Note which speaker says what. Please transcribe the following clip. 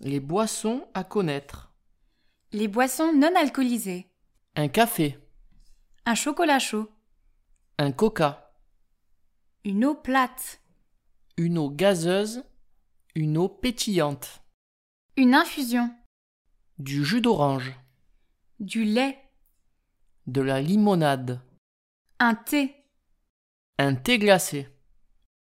Speaker 1: Les boissons à connaître.
Speaker 2: Les boissons non alcoolisées.
Speaker 1: Un café,
Speaker 2: Un chocolat chaud.
Speaker 1: un coca,
Speaker 2: Une eau plate.
Speaker 1: une eau gazeuse, une eau pétillante,
Speaker 2: Une infusion.
Speaker 1: du jus d'orange,
Speaker 2: Du lait.
Speaker 1: de la limonade,
Speaker 2: Un thé.
Speaker 1: un thé glacé.